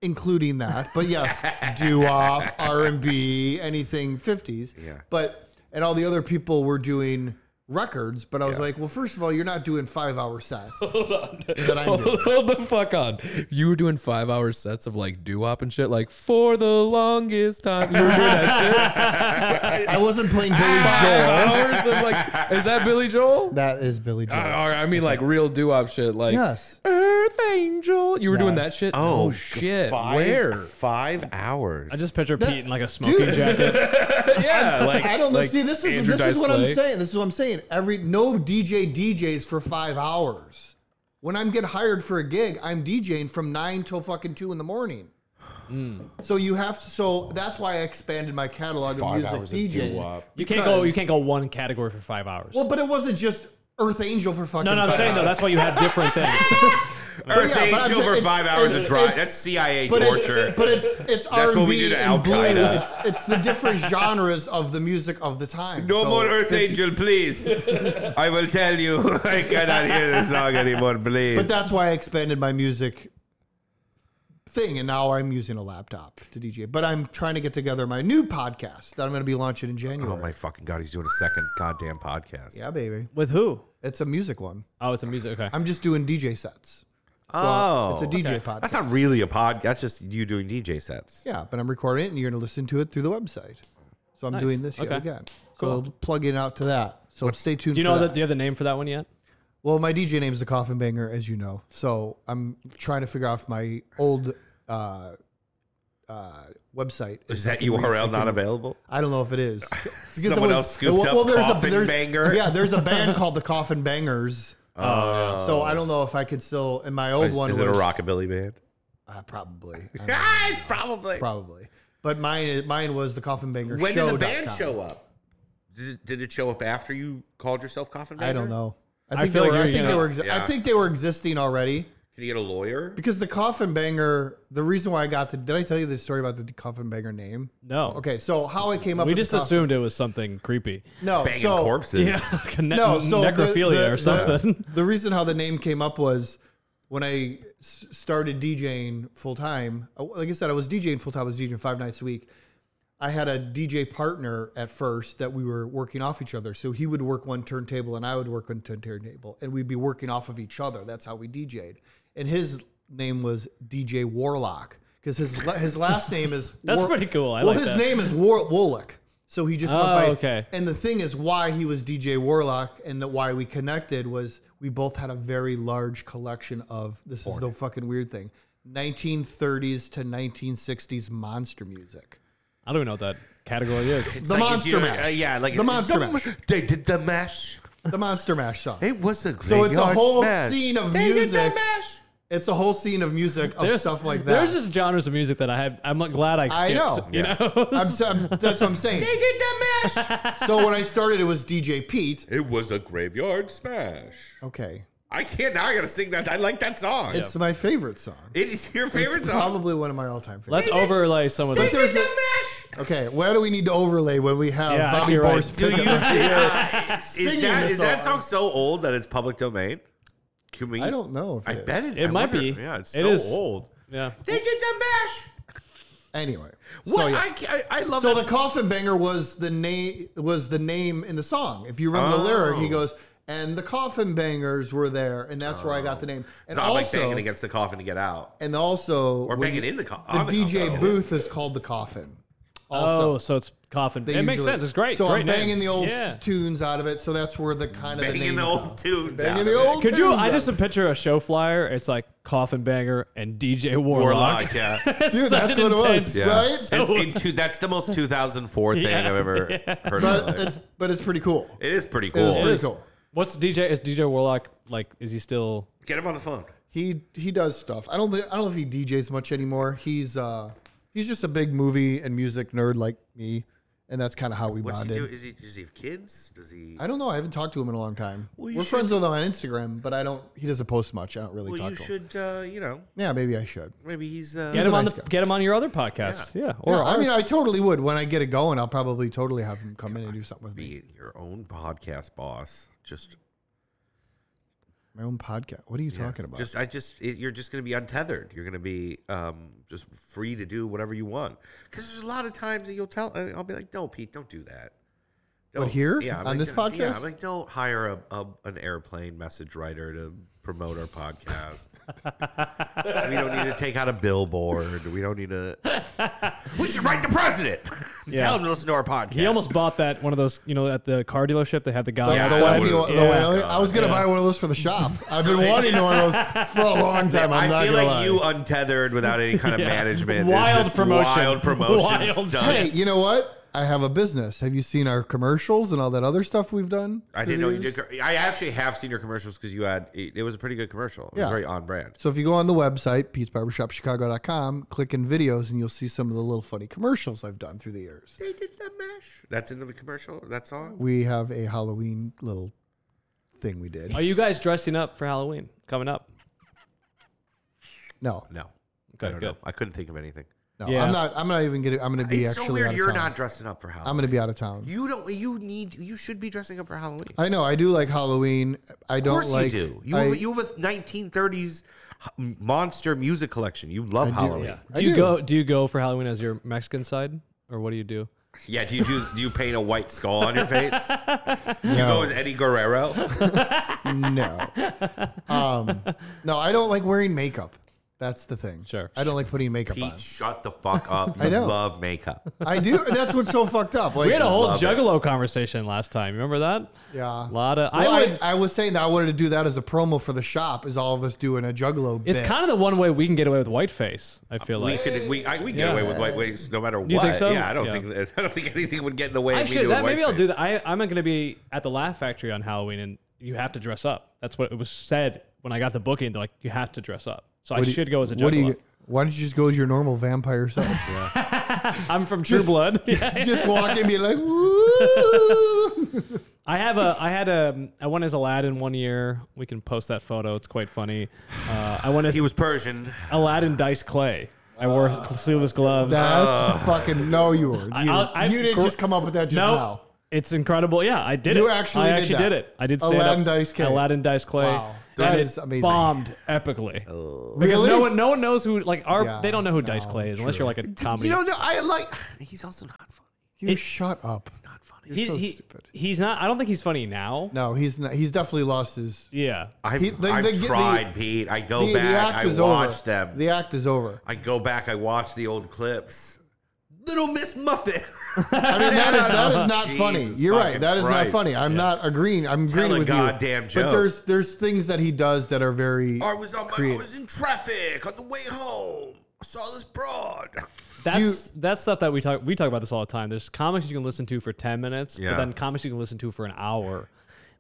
Speaker 2: including that. But yes, doo-wop, R&B, anything 50s.
Speaker 3: Yeah.
Speaker 2: But and all the other people were doing records, but I was like, well, first of all, you're not doing five hour sets that I'm doing.
Speaker 4: Hold the fuck on. You were doing five hour sets of like doo wop and shit, like for the longest time. You were doing that
Speaker 2: I wasn't playing Billy
Speaker 4: shit.
Speaker 2: Joel.
Speaker 4: hours of like, is that Billy Joel?
Speaker 2: That is Billy
Speaker 4: I,
Speaker 2: Joel.
Speaker 4: I mean, like real doo wop shit, like
Speaker 2: Yes.
Speaker 4: Earth Angel. You were doing
Speaker 2: Yes.
Speaker 4: that shit. Oh, shit. Where?
Speaker 3: Five hours.
Speaker 1: I just picture Pete in like a smoking jacket.
Speaker 4: Yeah, like
Speaker 2: I don't know.
Speaker 4: like
Speaker 2: See, this is
Speaker 4: Andrew
Speaker 2: this is
Speaker 4: Dice
Speaker 2: what
Speaker 4: Clay.
Speaker 2: I'm saying. This is what I'm saying. Every no DJ DJs for five hours. When I'm get hired for a gig, I'm DJing from nine till fucking two in the morning.
Speaker 3: Hmm.
Speaker 2: So you have to. So that's why I expanded my catalog
Speaker 3: Five
Speaker 2: of
Speaker 3: hours of
Speaker 2: music DJing.
Speaker 3: doo-wop.
Speaker 1: You can't go. You
Speaker 2: because-
Speaker 1: can't go one category for five hours.
Speaker 2: Well, but it wasn't just Earth Angel for fucking.
Speaker 1: no, no, I'm
Speaker 2: five
Speaker 1: saying though,
Speaker 2: hours.
Speaker 1: that's why you have different things.
Speaker 2: yeah,
Speaker 3: Earth
Speaker 2: but I'm
Speaker 3: Angel
Speaker 2: saying
Speaker 3: for
Speaker 2: it's-
Speaker 3: five hours
Speaker 2: it's-
Speaker 3: of drive.
Speaker 2: it's-
Speaker 3: That's CIA
Speaker 2: But
Speaker 3: torture.
Speaker 2: it's, but it's it's R
Speaker 3: That's what
Speaker 2: and
Speaker 3: we do
Speaker 2: B
Speaker 3: to
Speaker 2: and blue.
Speaker 3: Al-Qaeda.
Speaker 2: It's it's the different genres of the music of the time.
Speaker 3: No
Speaker 2: So
Speaker 3: more Earth
Speaker 2: 50
Speaker 3: Angel, please. I will tell you, I cannot hear the song anymore, please.
Speaker 2: But that's why I expanded my music thing, and now I'm using a laptop to DJ. But I'm trying to get together my new podcast that I'm going to be launching in January.
Speaker 3: oh my fucking god, he's doing a second goddamn podcast.
Speaker 2: Yeah, baby,
Speaker 1: With who?
Speaker 2: it's a music one.
Speaker 1: Oh, it's a music. Okay.
Speaker 2: I'm just doing DJ sets. So
Speaker 3: Oh,
Speaker 2: it's a DJ podcast.
Speaker 3: That's not really a podcast. That's just you doing DJ sets.
Speaker 2: yeah, but I'm recording it, and you're going to listen to it through the website. So I'm doing this shit
Speaker 1: Okay.
Speaker 2: again. So I'll plug it out to that. So stay tuned.
Speaker 1: Do you know
Speaker 2: for
Speaker 1: that?
Speaker 2: that.
Speaker 1: Do you have the name for that one yet?
Speaker 2: Well, my DJ name's the Coffin Banger, as you know. So I'm trying to figure out if my old uh, uh, website
Speaker 3: Is that
Speaker 2: something we-
Speaker 3: URL
Speaker 2: I
Speaker 3: not
Speaker 2: can-
Speaker 3: available?
Speaker 2: I don't know if it is. Because it
Speaker 3: Someone else scooped up Coffin Banger? Oh,
Speaker 2: Yeah, there's a band called the Coffin Bangers. so I don't know if I could still in my old
Speaker 3: Is,
Speaker 2: one
Speaker 3: is it
Speaker 2: was
Speaker 3: a rockabilly band?
Speaker 2: Uh, probably I don't-
Speaker 3: Ah, it's probably.
Speaker 2: probably. But mine mine was the Coffin Banger.
Speaker 3: When did the band show up? Did it, did it show up after you called yourself Coffin Banger?
Speaker 2: I don't know.
Speaker 1: I
Speaker 2: I think
Speaker 1: feel
Speaker 2: they
Speaker 1: like
Speaker 2: were. I
Speaker 1: you're
Speaker 2: think they were.
Speaker 3: gonna-
Speaker 2: exi-
Speaker 3: Yeah.
Speaker 2: I think they were existing already.
Speaker 3: Can you get a lawyer?
Speaker 2: Because the coffin banger, the reason why I got the did I tell you the story about the coffin banger name?
Speaker 1: No.
Speaker 2: Okay, so how I came up
Speaker 1: We
Speaker 2: with
Speaker 1: just
Speaker 2: the coffin-
Speaker 1: assumed it was something creepy.
Speaker 2: no
Speaker 3: Banging
Speaker 2: so,
Speaker 3: corpses.
Speaker 1: Like a ne-
Speaker 2: No, so the-
Speaker 1: necrophilia
Speaker 2: the-
Speaker 1: or something.
Speaker 2: The, the reason how the name came up was when I s- started DJing full time. Like I said, I was DJing full time. I was DJing five nights a week. I had a DJ partner at first that we were working off each other. So he would work one turntable and I would work one turn- turntable, and we'd be working off of each other. That's how we DJ'd. And his name was DJ Warlock because his la- his last name is
Speaker 1: That's pretty cool. I
Speaker 2: well,
Speaker 1: like
Speaker 2: his
Speaker 1: that.
Speaker 2: name is War- Warlock. So he just went
Speaker 1: Oh,
Speaker 2: by.
Speaker 1: okay.
Speaker 2: And the thing is, why he was DJ Warlock and the, why we connected was we both had a very large collection of this is the fucking weird thing 1930s to 1960s monster music.
Speaker 1: I don't even know what that category is.
Speaker 3: It's
Speaker 2: The
Speaker 3: like
Speaker 2: Monster
Speaker 3: you-
Speaker 2: Mash.
Speaker 3: uh, yeah, like
Speaker 2: The Monster
Speaker 3: m-
Speaker 2: Mash.
Speaker 3: They did the mash.
Speaker 2: The Monster Mash song.
Speaker 3: It was a great
Speaker 2: So it's a whole scene of music.
Speaker 3: mash.
Speaker 2: It's a whole scene of music of stuff like that.
Speaker 1: There's just genres of music that I have. I'm glad I. Skipped,
Speaker 2: I know.
Speaker 1: You
Speaker 3: Yeah.
Speaker 1: know.
Speaker 2: I'm, s- I'm- that's what I'm saying.
Speaker 3: They did the mash.
Speaker 2: So when I started, it was DJ Pete.
Speaker 3: it was a graveyard smash.
Speaker 2: Okay,
Speaker 3: I can't. Now I gotta sing that. I like that song.
Speaker 2: it's my favorite song.
Speaker 3: it is your favorite
Speaker 2: it's
Speaker 3: song.
Speaker 2: probably one of my all-time favorites.
Speaker 1: Let's overlay some of
Speaker 3: They
Speaker 1: this.
Speaker 3: did the mash.
Speaker 2: Okay, where do we need to overlay when we have
Speaker 1: Yeah,
Speaker 2: Bobby
Speaker 1: actually, right.
Speaker 2: Boris
Speaker 3: Do you
Speaker 2: picking
Speaker 3: think
Speaker 2: up
Speaker 3: is
Speaker 2: singing
Speaker 3: that
Speaker 2: the
Speaker 3: is that
Speaker 2: song.
Speaker 3: song so old that it's public domain? Can we?
Speaker 2: I don't know if
Speaker 3: I
Speaker 2: it is.
Speaker 3: bet it.
Speaker 1: It
Speaker 3: I
Speaker 1: might
Speaker 3: wonder-
Speaker 1: be.
Speaker 3: Yeah, it's
Speaker 1: It
Speaker 3: so
Speaker 1: is.
Speaker 3: old.
Speaker 1: Yeah.
Speaker 3: They did the mash.
Speaker 2: Anyway,
Speaker 3: What?
Speaker 2: so, yeah.
Speaker 3: I, ca- I I love
Speaker 2: So
Speaker 3: that.
Speaker 2: the coffin banger was the name was the name in the song. If you remember the lyric, he
Speaker 3: Oh.
Speaker 2: goes, "And the coffin bangers were there," and that's where I got the name. And
Speaker 3: It's not Oh. like
Speaker 2: also,
Speaker 3: banging against the coffin to get out.
Speaker 2: and also,
Speaker 3: Or
Speaker 2: when
Speaker 3: banging
Speaker 2: you-
Speaker 3: in the co-
Speaker 2: The
Speaker 3: on the
Speaker 2: DJ
Speaker 3: coffin.
Speaker 2: booth is called the coffin. Also,
Speaker 1: Oh, so it's coffin. It
Speaker 2: They
Speaker 1: makes
Speaker 2: usually-
Speaker 1: sense. It's great.
Speaker 2: So
Speaker 1: great
Speaker 2: I'm
Speaker 1: name.
Speaker 2: banging the old
Speaker 1: Yeah.
Speaker 2: tunes out of it. So that's where the kind of the
Speaker 3: Banging
Speaker 2: name
Speaker 3: the old
Speaker 2: comes.
Speaker 3: tunes. out
Speaker 2: banging
Speaker 3: of
Speaker 2: the
Speaker 3: it.
Speaker 2: old.
Speaker 1: Could you?
Speaker 2: tunes
Speaker 1: I
Speaker 2: out
Speaker 1: just
Speaker 2: of it.
Speaker 1: picture a show flyer. It's like coffin banger and DJ Warlock.
Speaker 3: Warlock, yeah.
Speaker 2: Dude,
Speaker 1: Such
Speaker 2: that's
Speaker 1: an
Speaker 2: what it
Speaker 1: intense-
Speaker 2: was,
Speaker 3: Yeah.
Speaker 2: right?
Speaker 1: So-
Speaker 3: In- in two- that's the most 2004 thing
Speaker 1: Yeah.
Speaker 3: I've ever heard
Speaker 2: But
Speaker 3: of.
Speaker 2: it's but it's pretty cool.
Speaker 3: It is pretty
Speaker 2: It was
Speaker 3: cool.
Speaker 2: pretty
Speaker 1: is.
Speaker 2: cool.
Speaker 1: What's DJ? Is DJ Warlock like? Is he still?
Speaker 3: Get him on the phone.
Speaker 2: He he does stuff. I don't think I don't know if he DJs much anymore. He's uh he's just a big movie and music nerd like me, and that's kind of how we
Speaker 3: What's he
Speaker 2: bonded.
Speaker 3: do? Is he does he have kids? Does he?
Speaker 2: I don't know. I haven't talked to him in a long time.
Speaker 3: Well, you
Speaker 2: We're
Speaker 3: should-
Speaker 2: friends with him on Instagram, but I don't. He doesn't post much. I don't really
Speaker 3: Well,
Speaker 2: talk
Speaker 3: you
Speaker 2: to him.
Speaker 3: should. Uh, you know,
Speaker 2: Yeah, maybe I should.
Speaker 3: maybe he's. Uh,
Speaker 1: Get
Speaker 2: a
Speaker 1: him on
Speaker 2: nice
Speaker 1: the.
Speaker 2: guy.
Speaker 1: Get him on your other podcast. Yeah. Or
Speaker 2: yeah, I
Speaker 1: ours.
Speaker 2: mean, I totally would. When I get it going, I'll probably totally have him come in and do something with me.
Speaker 3: be your own podcast boss. Just,
Speaker 2: My own podcast. What are you talking about?
Speaker 3: just I just it, you're just going to be untethered. You're going to be um, just free to do whatever you want. Because there's a lot of times that you'll tell, and I'll be like, "No, Pete, don't do that." Don't-
Speaker 2: here?
Speaker 3: I'm
Speaker 2: On
Speaker 3: like,
Speaker 2: this
Speaker 3: "Don't- Yeah,
Speaker 2: podcast?"
Speaker 3: I'm like, don't hire a, a an airplane message writer to promote our podcast. we don't need to take out a billboard. We don't need to. We should write the president. Tell him to listen to our podcast.
Speaker 1: he almost bought that one of those. You know, at the car dealership, they have the guy.
Speaker 3: Yeah,
Speaker 2: the
Speaker 1: outside.
Speaker 3: that
Speaker 2: one
Speaker 3: would-
Speaker 2: people- the
Speaker 1: yeah.
Speaker 2: one- I was gonna buy one of those for the shop. I've been wanting one of those for a long time. I'm not
Speaker 3: I feel
Speaker 2: gonna
Speaker 3: like
Speaker 2: lie.
Speaker 3: you untethered without any kind of management. is
Speaker 1: Wild
Speaker 3: just
Speaker 1: promotion.
Speaker 3: Wild promotion
Speaker 1: Wild
Speaker 3: stuff.
Speaker 2: Hey, you know what? I have a business. Have you seen our commercials and all that other stuff we've done?
Speaker 3: I
Speaker 2: through
Speaker 3: didn't
Speaker 2: the
Speaker 3: know you
Speaker 2: years?
Speaker 3: did. co- I actually have seen your commercials because you had. It, it was a pretty good commercial. It was
Speaker 2: Yeah.
Speaker 3: very on brand.
Speaker 2: So if you go on the website, Pete'sBarbershopChicago.com, click in videos, and you'll see some of the little funny commercials I've done through the years.
Speaker 3: They did the mash. That's in the commercial. That song.
Speaker 2: We have a Halloween little thing we did.
Speaker 1: Are you guys dressing up for Halloween coming up?
Speaker 2: No,
Speaker 3: No,
Speaker 1: Okay,
Speaker 3: I don't
Speaker 1: good.
Speaker 3: know. I couldn't think of anything.
Speaker 2: no,
Speaker 1: Yeah.
Speaker 2: I'm not. I'm not even gonna. I'm gonna be
Speaker 3: it's
Speaker 2: actually
Speaker 3: so weird.
Speaker 2: out of
Speaker 3: You're
Speaker 2: town.
Speaker 3: not dressing up for Halloween.
Speaker 2: I'm gonna be out of town.
Speaker 3: you don't. You need. You should be dressing up for Halloween.
Speaker 2: I know. I do like Halloween. I
Speaker 3: of
Speaker 2: don't
Speaker 3: course
Speaker 2: like.
Speaker 3: you do. You,
Speaker 2: I-
Speaker 3: have, you have a 1930s h- monster music collection. You love Halloween.
Speaker 1: Yeah.
Speaker 3: Yeah.
Speaker 2: I
Speaker 1: Do you
Speaker 2: do.
Speaker 1: go? Do you go for Halloween as your Mexican side, or what do you do?
Speaker 3: Do you do? Do you paint a white skull on your face?
Speaker 2: no,
Speaker 3: Go as Eddie Guerrero.
Speaker 2: no. Um, no, I don't like wearing makeup. That's the thing.
Speaker 1: Sure.
Speaker 2: I don't like putting makeup
Speaker 3: Pete, shut the fuck up. You
Speaker 2: I know.
Speaker 3: love makeup.
Speaker 2: on. I do. That's what's so fucked up. Like,
Speaker 1: We had a whole
Speaker 3: love it.
Speaker 1: Juggalo conversation last time. Remember that?
Speaker 2: Yeah.
Speaker 1: A lot of.
Speaker 2: Well,
Speaker 1: I
Speaker 2: I,
Speaker 1: would.
Speaker 2: I, was saying that I wanted to do that as a promo for the shop. Is all of us doing a juggalo
Speaker 1: it's
Speaker 2: bit?
Speaker 1: kind of the one way we can get away with whiteface. I feel
Speaker 3: We
Speaker 1: like.
Speaker 3: could we I, we get
Speaker 1: Yeah.
Speaker 3: away with white wigs no matter what.
Speaker 1: you think so?
Speaker 3: Yeah, I don't
Speaker 1: Yeah.
Speaker 3: think that- I don't think anything would get in the way.
Speaker 1: I
Speaker 3: of me doing
Speaker 1: should. That,
Speaker 3: white
Speaker 1: maybe I'll do
Speaker 3: face.
Speaker 1: that. I, I'm going to be at the Laugh Factory on Halloween, and you have to dress up. That's what it was said when I got the booking. They're like, you have to dress up. So I
Speaker 2: do you-
Speaker 1: should go as a
Speaker 2: What do
Speaker 1: juggalo.
Speaker 2: you? Why don't you just go as your normal vampire self?
Speaker 1: I'm from True Blood. Yeah.
Speaker 2: just walk in and be like, woo.
Speaker 1: I have a. I had a. I went as Aladdin one year. We can post that photo. It's quite funny. Uh, I went as
Speaker 3: He was Persian.
Speaker 1: Aladdin Dice Clay. I wore
Speaker 2: Oh.
Speaker 1: sleeveless gloves.
Speaker 2: That's
Speaker 3: Ah.
Speaker 2: fucking no, you were. You,
Speaker 1: I- I'll- I've
Speaker 2: you didn't
Speaker 1: gr-
Speaker 2: just come up with that just
Speaker 1: no,
Speaker 2: now.
Speaker 1: it's incredible. Yeah, I did
Speaker 2: You
Speaker 1: it.
Speaker 2: actually
Speaker 1: I
Speaker 2: did
Speaker 1: actually
Speaker 2: that.
Speaker 1: did it. I did stand
Speaker 2: Aladdin
Speaker 1: up,
Speaker 2: Dice Clay.
Speaker 1: Aladdin Dice Clay.
Speaker 2: Wow.
Speaker 1: and
Speaker 2: That
Speaker 1: it
Speaker 2: is amazing.
Speaker 1: Bombed epically.
Speaker 3: Uh,
Speaker 1: Because
Speaker 2: Really?
Speaker 1: no one, no one knows who like our.
Speaker 2: Yeah,
Speaker 1: they don't know who Dice
Speaker 2: no,
Speaker 1: Clay is unless you're like a comedy.
Speaker 3: You don't know. I like. He's also not funny.
Speaker 2: You shut up.
Speaker 3: Not funny.
Speaker 1: he,
Speaker 2: so
Speaker 1: he-
Speaker 2: stupid.
Speaker 1: He's not. I don't think he's funny now.
Speaker 2: No, he's not. He's definitely lost his.
Speaker 1: Yeah.
Speaker 3: I've,
Speaker 2: He- they-
Speaker 3: I've
Speaker 2: they get the-
Speaker 3: tried, Pete. I go
Speaker 2: The, the
Speaker 3: back.
Speaker 2: act
Speaker 3: I
Speaker 2: is
Speaker 3: watch
Speaker 2: over.
Speaker 3: them.
Speaker 2: The act is over.
Speaker 3: I go back. I watch the old clips. Little Miss Muffet.
Speaker 2: I mean, that is, that is not
Speaker 3: Jesus
Speaker 2: funny. You're right.
Speaker 3: fucking
Speaker 2: That is
Speaker 3: Christ.
Speaker 2: not funny. I'm not agreeing. I'm
Speaker 3: Tell a
Speaker 2: agreeing with
Speaker 3: goddamn
Speaker 2: you.
Speaker 3: joke.
Speaker 2: But there's there's things that he does that are very.
Speaker 3: I was on my, I
Speaker 2: creative.
Speaker 3: was in traffic on the way home. I saw this broad.
Speaker 1: That's that's stuff that we talk we talk about this all the time. There's comics you can listen to for ten minutes,
Speaker 3: Yeah.
Speaker 1: but then comics you can listen to for an hour.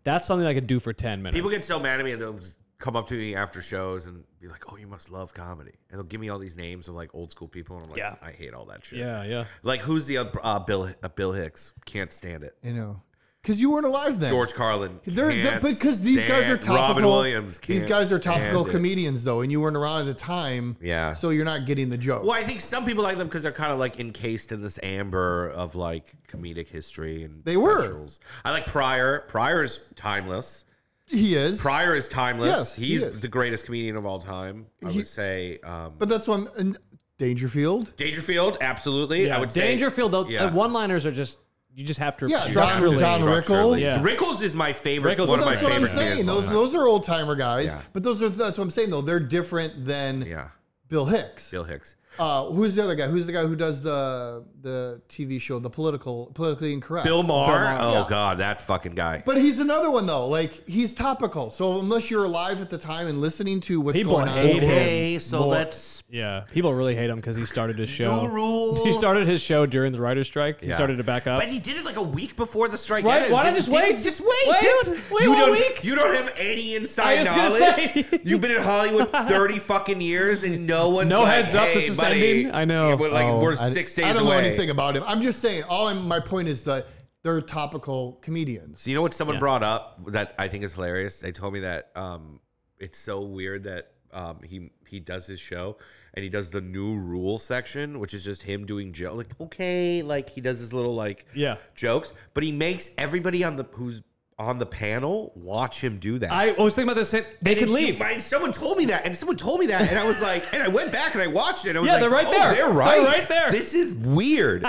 Speaker 1: That's something I could do for ten minutes.
Speaker 3: People get so mad at me and they'll just come up to me after shows and be like, "Oh, you must love comedy," and they'll give me all these names of like old school people, and I'm like,
Speaker 1: Yeah.
Speaker 3: "I hate all that shit."
Speaker 1: yeah, yeah.
Speaker 3: Like who's the other- uh, Bill uh, Bill Hicks? Can't stand it.
Speaker 2: you know, because you weren't alive then.
Speaker 3: George Carlin.
Speaker 2: They're, they're-
Speaker 3: can't
Speaker 2: because these guys are
Speaker 3: stand- Robin
Speaker 2: topical.
Speaker 3: Williams.
Speaker 2: These
Speaker 3: can't
Speaker 2: guys are topical
Speaker 3: stand it.
Speaker 2: comedians though, and you weren't around at the time.
Speaker 3: Yeah.
Speaker 2: So you're not getting the joke.
Speaker 3: Well, I think some people like them because they're kind of like encased in this amber of like comedic history and
Speaker 2: They were.
Speaker 3: specials. I like Pryor. Pryor is timeless.
Speaker 2: He is.
Speaker 3: Pryor is timeless.
Speaker 2: Yes, he
Speaker 3: He's
Speaker 2: is.
Speaker 3: the greatest comedian of all time. I
Speaker 2: He-
Speaker 3: would say um,
Speaker 2: but that's one. And Dangerfield.
Speaker 3: Dangerfield. Absolutely, I would say
Speaker 1: Dangerfield though.
Speaker 3: yeah.
Speaker 1: one liners are just you just have to
Speaker 2: Yeah,
Speaker 1: structurally.
Speaker 2: Don- Don-
Speaker 3: Structurally.
Speaker 2: Rickles.
Speaker 1: Yeah.
Speaker 3: Rickles is my favorite.
Speaker 1: Rickles
Speaker 3: one
Speaker 1: is
Speaker 2: Well,
Speaker 3: of my
Speaker 2: that's what I'm
Speaker 3: favorite.
Speaker 2: saying.
Speaker 3: comedians of all
Speaker 2: Those
Speaker 3: time.
Speaker 2: those are old timer guys,
Speaker 3: Yeah.
Speaker 2: but those are that's what I'm saying though. They're different than
Speaker 3: yeah,
Speaker 2: Bill Hicks.
Speaker 3: Bill Hicks.
Speaker 2: Uh, who's the other guy? Who's the guy who does the the TV show, the political, politically incorrect?
Speaker 3: Bill Maher. oh
Speaker 2: yeah.
Speaker 3: god, that fucking guy.
Speaker 2: But he's another one though. Like he's topical. So unless you're alive at the time and listening to what's
Speaker 1: People
Speaker 2: going on,
Speaker 1: hate him.
Speaker 3: Okay, so
Speaker 1: More-
Speaker 3: let's
Speaker 1: yeah, people really hate him because he started his show.
Speaker 3: New rule.
Speaker 1: He started his show during the writer's strike. He
Speaker 3: Yeah.
Speaker 1: started to back up.
Speaker 3: But he did it like a week before the strike.
Speaker 1: Right,
Speaker 3: ended.
Speaker 1: why not
Speaker 3: Did-
Speaker 1: just
Speaker 3: did-
Speaker 1: wait?
Speaker 3: Just wait,
Speaker 1: Wait,
Speaker 3: dude.
Speaker 1: wait
Speaker 3: you
Speaker 1: one
Speaker 3: don't,
Speaker 1: week.
Speaker 3: You don't have any
Speaker 1: I
Speaker 3: inside
Speaker 1: was gonna
Speaker 3: knowledge.
Speaker 1: say.
Speaker 3: You've been in Hollywood thirty fucking years, and no one's
Speaker 1: No
Speaker 3: like,
Speaker 1: heads up,
Speaker 3: "Hey,
Speaker 1: this is
Speaker 3: buddy,
Speaker 1: ending." I know.
Speaker 3: Yeah, we're like
Speaker 2: Oh,
Speaker 3: we're
Speaker 2: I-
Speaker 3: six days
Speaker 2: I don't
Speaker 3: away.
Speaker 2: know anything about him. I'm just saying. All I'm, my point is that they're topical comedians.
Speaker 3: So you know what someone brought up that I think is hilarious? They told me that um, it's so weird that um, he he does his show and he does the new rule section, which is just him doing joke. Like okay, like he does his little like
Speaker 1: Yeah.
Speaker 3: jokes, but he makes everybody on the who's on the panel watch him do that.
Speaker 1: I was thinking about this. They can
Speaker 3: And you
Speaker 1: leave.
Speaker 3: find- someone told me that, and someone told me that, and I was like, and I went back and I watched it. And I was
Speaker 1: Yeah,
Speaker 3: like,
Speaker 1: they're right
Speaker 3: oh,
Speaker 1: there.
Speaker 3: They're
Speaker 1: They're
Speaker 3: right.
Speaker 1: right there.
Speaker 3: This is weird.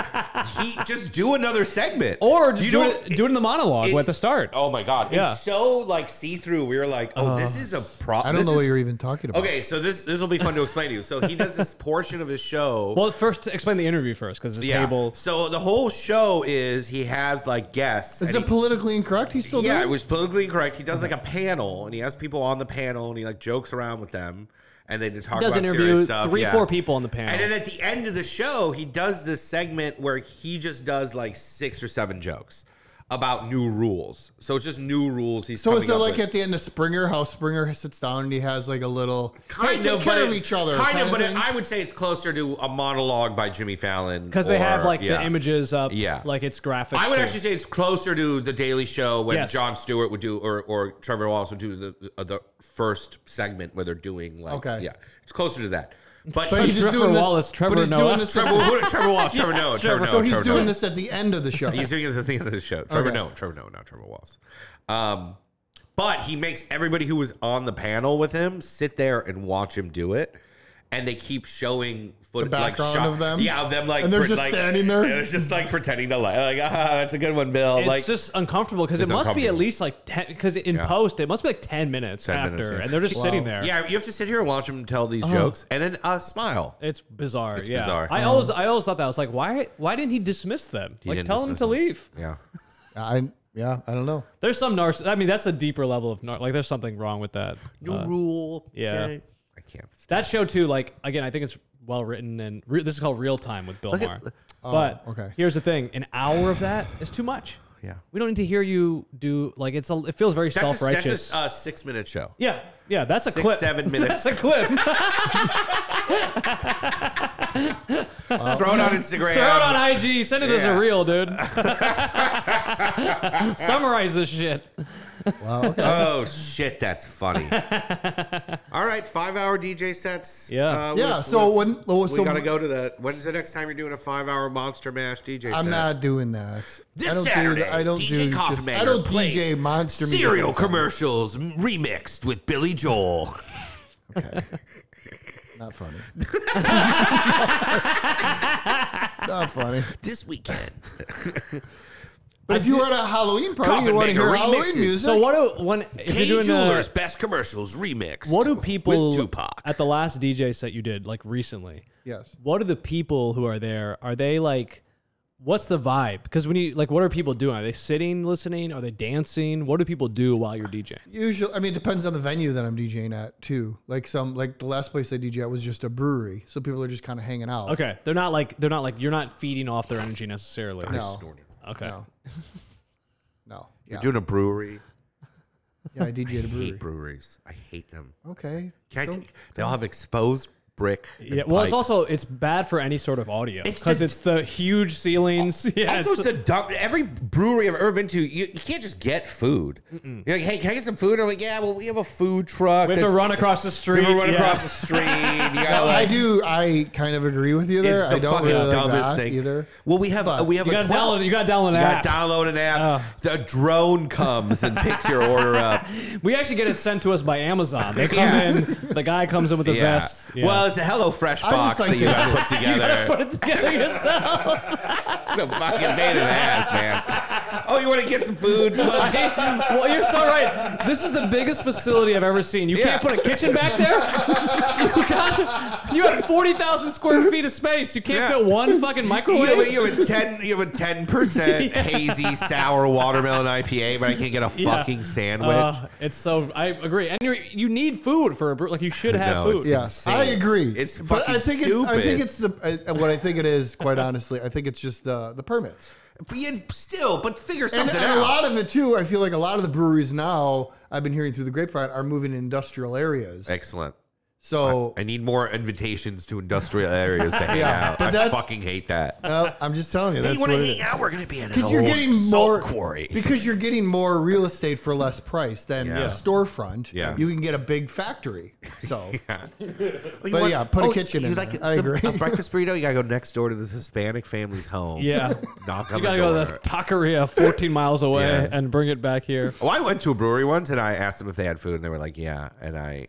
Speaker 3: he just do another segment,
Speaker 1: Or just
Speaker 3: You
Speaker 1: do
Speaker 3: don't-
Speaker 1: it, do it in the monologue
Speaker 3: it-
Speaker 1: at the start.
Speaker 3: Oh my god,
Speaker 1: Yeah.
Speaker 3: it's so like see through. We were like, oh, this is a problem.
Speaker 2: I don't know what you're even talking about.
Speaker 3: Okay, so this this will be fun to explain to you. So he does this portion of his show.
Speaker 1: Well, first explain the interview first because it's
Speaker 3: yeah.
Speaker 1: table.
Speaker 3: So the whole show is he has like guests.
Speaker 2: Is
Speaker 3: and
Speaker 2: it
Speaker 3: he-
Speaker 2: politically incorrect? He's still
Speaker 3: yeah, it
Speaker 2: doing.
Speaker 3: was politically incorrect. He does like a panel, and he has people on the panel, and he like jokes around with them, and they talk
Speaker 1: He does
Speaker 3: about
Speaker 1: interview
Speaker 3: serious stuff.
Speaker 1: three,
Speaker 3: yeah.
Speaker 1: four people on the panel.
Speaker 3: And then at the end of the show, he does this segment where he just does like six or seven jokes about new rules. So it's just new rules. He's
Speaker 2: So is
Speaker 3: coming
Speaker 2: it
Speaker 3: up
Speaker 2: like
Speaker 3: with.
Speaker 2: at the end of Springer, how Springer sits down and he has like a little
Speaker 3: kind
Speaker 2: hey,
Speaker 3: of
Speaker 2: take
Speaker 3: but
Speaker 2: care of
Speaker 3: it-
Speaker 2: each other,
Speaker 3: Kind, of, but it,
Speaker 2: thing?
Speaker 3: I would say it's closer to a monologue by Jimmy Fallon
Speaker 1: because they
Speaker 3: or-
Speaker 1: have like
Speaker 3: yeah.
Speaker 1: the images up.
Speaker 3: Yeah.
Speaker 1: like it's graphics.
Speaker 3: I would
Speaker 1: too.
Speaker 3: actually say it's closer to the Daily Show when
Speaker 1: Yes.
Speaker 3: Jon Stewart would do, or or Trevor Wallace would do the the- uh, the first segment where they're doing like,
Speaker 2: Okay.
Speaker 3: yeah, it's closer to that. But,
Speaker 2: But he's just
Speaker 1: Trevor
Speaker 2: doing this-
Speaker 1: Wallace, Trevor
Speaker 2: but he's
Speaker 1: Noah.
Speaker 2: doing this. at
Speaker 3: Trevor,
Speaker 2: the-
Speaker 3: who- Trevor Wallace, Trevor Noah, Trevor Noah.
Speaker 2: So he's
Speaker 3: Trevor
Speaker 2: doing
Speaker 3: Noah.
Speaker 2: this at the end of the show.
Speaker 3: He's doing this at the end of the show. Trevor
Speaker 2: Okay.
Speaker 3: Noah, Trevor Noah, not Trevor Wallace. Um, but he makes everybody who was on the panel with him sit there and watch him do it. And they keep showing footage,
Speaker 2: background
Speaker 3: like shot,
Speaker 2: of them?
Speaker 3: yeah, of them, like
Speaker 2: And they're
Speaker 3: pre-
Speaker 2: just
Speaker 3: like-
Speaker 2: standing there?
Speaker 3: and It's just like pretending to laugh, like, ah, that's a good one, Bill.
Speaker 1: it's
Speaker 3: like,
Speaker 1: just uncomfortable because it
Speaker 3: It's
Speaker 1: must be at
Speaker 3: uncomfortable.
Speaker 1: least like ten. Because in post, it must be like ten minutes
Speaker 3: 10
Speaker 1: after,
Speaker 3: minutes, yeah.
Speaker 1: and they're just sitting there.
Speaker 3: yeah, you have to sit here and watch him tell
Speaker 2: Uh-huh.
Speaker 3: these jokes, and then uh, smile.
Speaker 1: It's bizarre. yeah,
Speaker 3: bizarre. Mm-hmm.
Speaker 1: I always, I always thought that I was like, why, why didn't he dismiss them? like,
Speaker 3: didn't
Speaker 1: tell them
Speaker 3: dismiss
Speaker 1: to
Speaker 3: them.
Speaker 1: leave.
Speaker 3: Yeah,
Speaker 2: I yeah, I don't know.
Speaker 1: There's some narc. I mean, that's a deeper level of nar- like. There's something wrong with that.
Speaker 3: new rule.
Speaker 1: yeah.
Speaker 3: Uh, I can't. stand-
Speaker 1: That show too. Like again, I think it's well written, and re- this is called Real Time with Bill Maher. but
Speaker 2: okay.
Speaker 1: here's the thing: an hour of that is too much.
Speaker 3: Yeah.
Speaker 1: we don't need to hear you do like it's. A, it feels very
Speaker 3: That's
Speaker 1: self
Speaker 3: a, that's
Speaker 1: righteous.
Speaker 3: a uh, six-minute show.
Speaker 1: yeah, yeah, that's a
Speaker 3: Six,
Speaker 1: clip.
Speaker 3: seven minutes.
Speaker 1: That's a clip.
Speaker 3: Throw it on Instagram.
Speaker 1: Throw it on IG. Send it as
Speaker 3: Yeah.
Speaker 1: a reel, dude. Summarize this shit.
Speaker 3: Oh shit, that's funny. All right, five-hour DJ sets.
Speaker 1: Yeah.
Speaker 3: we-
Speaker 2: Yeah, so when oh,
Speaker 3: we,
Speaker 2: so
Speaker 3: gotta go to the. When's the next time you're doing a five-hour Monster Mash DJ?
Speaker 2: I'm
Speaker 3: set?
Speaker 2: not doing that.
Speaker 3: This
Speaker 2: I don't
Speaker 3: Saturday,
Speaker 2: do I don't
Speaker 3: DJ
Speaker 2: do
Speaker 3: Coffin
Speaker 2: just,
Speaker 3: Maker
Speaker 2: I don't
Speaker 3: plays
Speaker 2: DJ monster music
Speaker 3: Cereal
Speaker 2: all the time.
Speaker 3: commercials remixed with Billy Joel.
Speaker 2: Not funny. Not funny.
Speaker 3: this weekend.
Speaker 2: But if you were at a Halloween party,
Speaker 3: Coffin
Speaker 2: you want to
Speaker 3: Maker
Speaker 2: hear
Speaker 3: remixes.
Speaker 2: Halloween music.
Speaker 1: So what do when if
Speaker 3: K
Speaker 1: you're doing the,
Speaker 3: Jewelers best commercials remixed.
Speaker 1: what do people
Speaker 3: with Tupac?
Speaker 1: at the last DJ set you did like recently?
Speaker 2: Yes.
Speaker 1: what are the people who are there? Are they like, what's the vibe? Because when you like, what are people doing? Are they sitting, listening? Are they dancing? What do people do while you're DJing?
Speaker 2: Usually, I mean, it depends on the venue that I'm DJing at too. Like some, like the last place I DJ at was just a brewery, so people are just kind of hanging out.
Speaker 1: Okay, they're not like they're not like you're not feeding off their energy necessarily.
Speaker 3: I
Speaker 2: No.
Speaker 3: snorted.
Speaker 1: Okay,
Speaker 2: No. No.
Speaker 3: You're
Speaker 2: Yeah.
Speaker 3: doing a brewery.
Speaker 2: yeah, I DJ at a brewery.
Speaker 3: Hate breweries. I hate them.
Speaker 2: Okay.
Speaker 3: Can I t- they all have exposed brick. and
Speaker 1: yeah. Well, it's
Speaker 3: pipe.
Speaker 1: also it's bad for any sort of audio
Speaker 3: It's
Speaker 1: because
Speaker 3: the- Oh,
Speaker 1: it's, the huge ceilings. yeah,
Speaker 3: Also,
Speaker 1: it's-
Speaker 3: it's a dumb. Every brewery I've ever been to, you, you can't just get food. You're like, hey, can I get some food? I'm like, yeah, well, we have a food truck.
Speaker 1: we have
Speaker 3: that's-
Speaker 1: to run across the street.
Speaker 3: we have to run
Speaker 1: yeah.
Speaker 3: across the street. You gotta,
Speaker 2: I
Speaker 3: like,
Speaker 2: do. I kind of agree with you there.
Speaker 3: it's the
Speaker 2: I don't
Speaker 3: fucking
Speaker 2: really like
Speaker 3: dumbest
Speaker 2: that
Speaker 3: thing.
Speaker 2: either.
Speaker 3: Well, we have a, we have
Speaker 1: You
Speaker 3: a
Speaker 1: gotta
Speaker 3: 12
Speaker 1: download. You gotta download an
Speaker 3: You
Speaker 1: app.
Speaker 3: gotta download an app. The drone comes and picks your order up.
Speaker 1: we actually get it sent to us by Amazon. They come in. The guy comes in with the
Speaker 3: Yeah.
Speaker 1: vest. Yeah.
Speaker 3: Well, it's a HelloFresh
Speaker 2: I just
Speaker 3: box that
Speaker 2: like
Speaker 3: you
Speaker 2: to-
Speaker 3: gotta put together.
Speaker 1: put it together yourself.
Speaker 3: the fucking pain in the ass, man. Oh, you want to get some food? Well,
Speaker 1: Okay, well, you're so right. This is the biggest facility I've ever seen. You
Speaker 3: Yeah.
Speaker 1: can't put a kitchen back there. You got you have forty thousand square feet of space. You can't
Speaker 3: Yeah.
Speaker 1: fit one fucking microwave.
Speaker 3: You have, a- you have a ten. You have a ten percent hazy sour watermelon IPA, but I can't get a
Speaker 1: Yeah.
Speaker 3: fucking sandwich.
Speaker 1: Uh, it's so I agree, and you you need food for a brew. Like you should have
Speaker 3: No,
Speaker 1: food.
Speaker 3: it's-
Speaker 2: Yeah,
Speaker 3: insane.
Speaker 2: I agree.
Speaker 3: It's
Speaker 2: but I
Speaker 3: fucking
Speaker 2: think It's, I
Speaker 3: stupid.
Speaker 2: think it's the I, uh, what I think it is. Quite honestly, I think it's just the the permits.
Speaker 3: But yet still, but figure
Speaker 2: And,
Speaker 3: something
Speaker 2: and
Speaker 3: out.
Speaker 2: a lot of it too. I feel like a lot of the breweries now I've been hearing through the grapevine are moving to industrial areas.
Speaker 3: Excellent.
Speaker 2: So
Speaker 3: I need more invitations to industrial areas to hang
Speaker 2: Yeah,
Speaker 3: out.
Speaker 2: but
Speaker 3: I
Speaker 2: that's-
Speaker 3: fucking hate that.
Speaker 2: uh, I'm just telling you, that's
Speaker 3: you
Speaker 2: what
Speaker 3: want to
Speaker 2: it
Speaker 3: hang
Speaker 2: is.
Speaker 3: out? We're gonna be in an
Speaker 2: Because you're
Speaker 3: old
Speaker 2: getting
Speaker 3: salt
Speaker 2: more
Speaker 3: quarry.
Speaker 2: Because you're getting more real estate for less price than
Speaker 3: Yeah.
Speaker 2: a storefront.
Speaker 3: Yeah.
Speaker 2: You can get a big factory. So
Speaker 3: But oh,
Speaker 2: But yeah, put a kitchen in there. I agree.
Speaker 3: A breakfast burrito? You gotta go next door to this Hispanic family's home.
Speaker 1: Yeah.
Speaker 3: knock on
Speaker 1: You
Speaker 3: the
Speaker 1: gotta go
Speaker 3: door.
Speaker 1: to the taqueria fourteen miles away
Speaker 3: Yeah.
Speaker 1: and bring it back here.
Speaker 3: Well, Oh, I went to a brewery once and I asked them if they had food, and they were like, "Yeah." And I,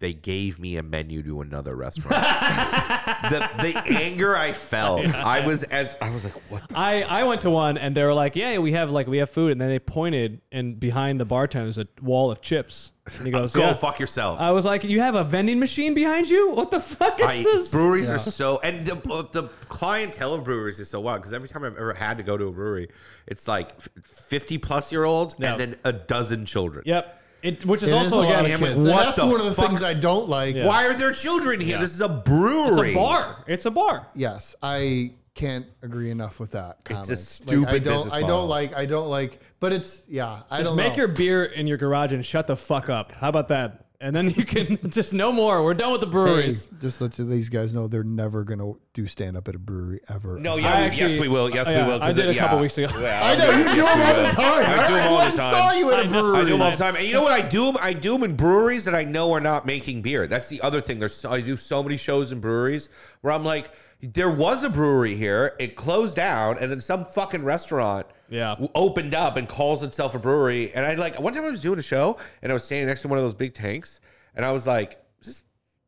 Speaker 3: they gave me a menu to another restaurant. the the anger I felt, I was as I was like, "What?" The
Speaker 1: I, I went to one and they were like, yeah, we have like we have food, and then they pointed and behind the bartender was a wall of chips. And he goes,
Speaker 3: go
Speaker 1: yeah.
Speaker 3: fuck yourself.
Speaker 2: Uh,
Speaker 1: I was like, you have a vending machine behind you? What the fuck is
Speaker 3: I-
Speaker 1: this?
Speaker 3: breweries are so, and the uh, the clientele of breweries is so wild because every time I've ever had to go to a brewery, it's like f- fifty plus year olds
Speaker 1: Yeah.
Speaker 3: and then a dozen children.
Speaker 1: yep. It, which is
Speaker 2: It is
Speaker 1: also
Speaker 2: a lot
Speaker 1: again,
Speaker 2: of
Speaker 1: I'm
Speaker 2: kids.
Speaker 1: like,
Speaker 2: And
Speaker 3: what
Speaker 2: that's
Speaker 3: the
Speaker 2: one of the
Speaker 3: fuck?
Speaker 2: things I don't like.
Speaker 3: Why are there children here? This is a
Speaker 1: it's
Speaker 3: brewery.
Speaker 1: a bar. It's a bar.
Speaker 2: Yes, I can't agree enough with that. Comment. Like, I
Speaker 3: stupid
Speaker 2: don't.
Speaker 3: business
Speaker 2: I
Speaker 3: model.
Speaker 2: don't like. I don't like. But it's yeah. I don't
Speaker 1: Make
Speaker 2: know.
Speaker 1: your beer in your garage and shut the fuck up. How about that? And then you can just no more. We're done with the
Speaker 2: Hey,
Speaker 1: breweries.
Speaker 2: just let these guys know they're never gonna do stand up at a brewery ever.
Speaker 3: No,
Speaker 2: ever.
Speaker 3: yeah,
Speaker 1: I
Speaker 3: we-
Speaker 1: actually-
Speaker 3: yes, we will. Yes,
Speaker 1: yeah,
Speaker 3: we will. 'cause
Speaker 1: I did
Speaker 3: it-
Speaker 1: a couple
Speaker 3: yeah.
Speaker 1: weeks ago.
Speaker 3: Yeah,
Speaker 2: I know you do them all the time.
Speaker 3: I do them all
Speaker 2: Everyone
Speaker 3: the time.
Speaker 2: saw you at a brewery.
Speaker 3: I do them all the time. And you know what I do? 'em? I do them in breweries that I know are not making beer. That's the other thing. There's so, I do so many shows in breweries where I'm like, there was a brewery here. It closed down, and then some fucking restaurant
Speaker 1: Yeah.
Speaker 3: w- opened up and calls itself a brewery. And I like one time I was doing a show and I was standing next to one of those big tanks, and I was like, is this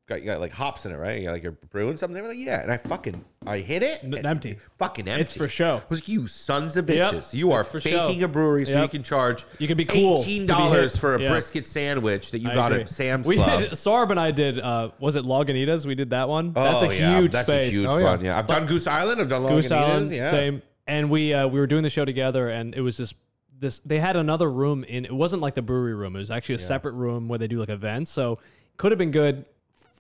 Speaker 3: got you got like hops in it, right? You got like you're brewing something. They were like, yeah. And I fucking I hit it.
Speaker 1: N-
Speaker 3: and-
Speaker 1: empty.
Speaker 3: Fucking empty.
Speaker 1: It's for show.
Speaker 3: I was like, you sons of
Speaker 1: Yep.
Speaker 3: bitches. You are
Speaker 1: It's for show.
Speaker 3: faking a brewery so you
Speaker 1: Yep.
Speaker 3: can charge
Speaker 1: You can be cool.
Speaker 3: eighteen
Speaker 1: You can be
Speaker 3: dollars
Speaker 1: hip.
Speaker 3: for a
Speaker 1: Yeah.
Speaker 3: brisket sandwich that you
Speaker 1: I
Speaker 3: got
Speaker 1: agree.
Speaker 3: at Sam's
Speaker 1: we
Speaker 3: Club.
Speaker 1: did Sorb and I did uh, was it Lagunitas? We did that one. that's
Speaker 3: Oh,
Speaker 1: a
Speaker 3: yeah.
Speaker 1: huge
Speaker 3: That's
Speaker 1: space.
Speaker 3: a huge
Speaker 2: Oh, yeah.
Speaker 3: one. Yeah, I've done Goose Island. I've done
Speaker 1: Goose Island,
Speaker 3: Lagunitas. Yeah,
Speaker 1: same. And we uh, we were doing the show together, and it was just this. They had another room in. It wasn't like the brewery room. It was actually a separate room where they do like events. So could have been good.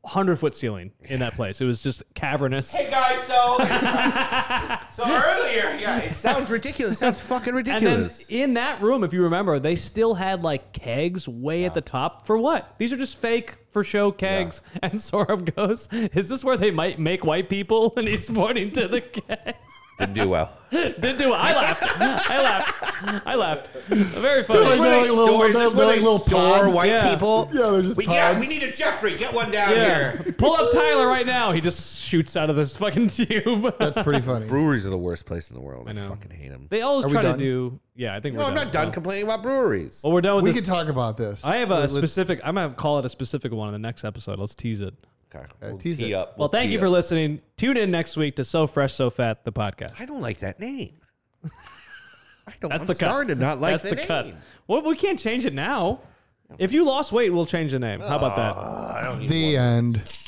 Speaker 1: Hundred foot ceiling in that place. It was just cavernous.
Speaker 3: Hey guys, so so earlier, yeah, it sounds ridiculous. Sounds fucking
Speaker 1: and then
Speaker 3: ridiculous.
Speaker 1: in that room, if you remember, they still had like kegs way at the top for what? These are just fake for show kegs. And Sorab goes, "Is this where they might make white people?" And he's pointing to the kegs.
Speaker 3: Didn't do well.
Speaker 1: Didn't do it. I laughed. I laughed. I laughed. Very
Speaker 3: Is this
Speaker 1: funny.
Speaker 3: where they
Speaker 2: little-
Speaker 3: store, is
Speaker 2: they're
Speaker 3: this where
Speaker 2: like
Speaker 3: they
Speaker 2: little
Speaker 3: store
Speaker 2: pods.
Speaker 3: white
Speaker 1: Yeah.
Speaker 3: people?
Speaker 2: Yeah, they're just
Speaker 3: we, yeah,
Speaker 2: pods.
Speaker 3: we need a Jeffrey. Get one down
Speaker 1: Yeah.
Speaker 3: here.
Speaker 1: Pull up Tyler right now. He just shoots out of this fucking tube.
Speaker 2: That's pretty funny.
Speaker 3: Breweries are the worst place in the world. I, fucking hate them.
Speaker 1: they always
Speaker 2: Are we
Speaker 1: try to
Speaker 2: done?
Speaker 1: do. Yeah, I think
Speaker 3: No,
Speaker 1: we're
Speaker 3: I'm
Speaker 1: done.
Speaker 3: not done complaining about breweries.
Speaker 1: Well, we're done with
Speaker 2: We
Speaker 1: this.
Speaker 2: could talk about this.
Speaker 1: I have a
Speaker 2: Let's-
Speaker 1: specific. I'm gonna call it a specific one in the next episode. Let's tease it.
Speaker 3: Okay.
Speaker 2: Uh,
Speaker 3: we'll
Speaker 2: tease
Speaker 3: tee
Speaker 2: it.
Speaker 3: up.
Speaker 1: Well,
Speaker 3: We'll
Speaker 1: thank
Speaker 3: tee
Speaker 1: you for
Speaker 3: up.
Speaker 1: listening. Tune in next week to So Fresh, So Fat, the podcast.
Speaker 3: I don't like that name. I don't.
Speaker 1: That's
Speaker 3: I'm
Speaker 1: the cut.
Speaker 3: sorry to not like
Speaker 1: That's
Speaker 3: that
Speaker 1: the
Speaker 3: name.
Speaker 1: cut. Well, we can't change it now. If you lost weight, we'll change the name. How about that?
Speaker 3: I don't need
Speaker 2: the end.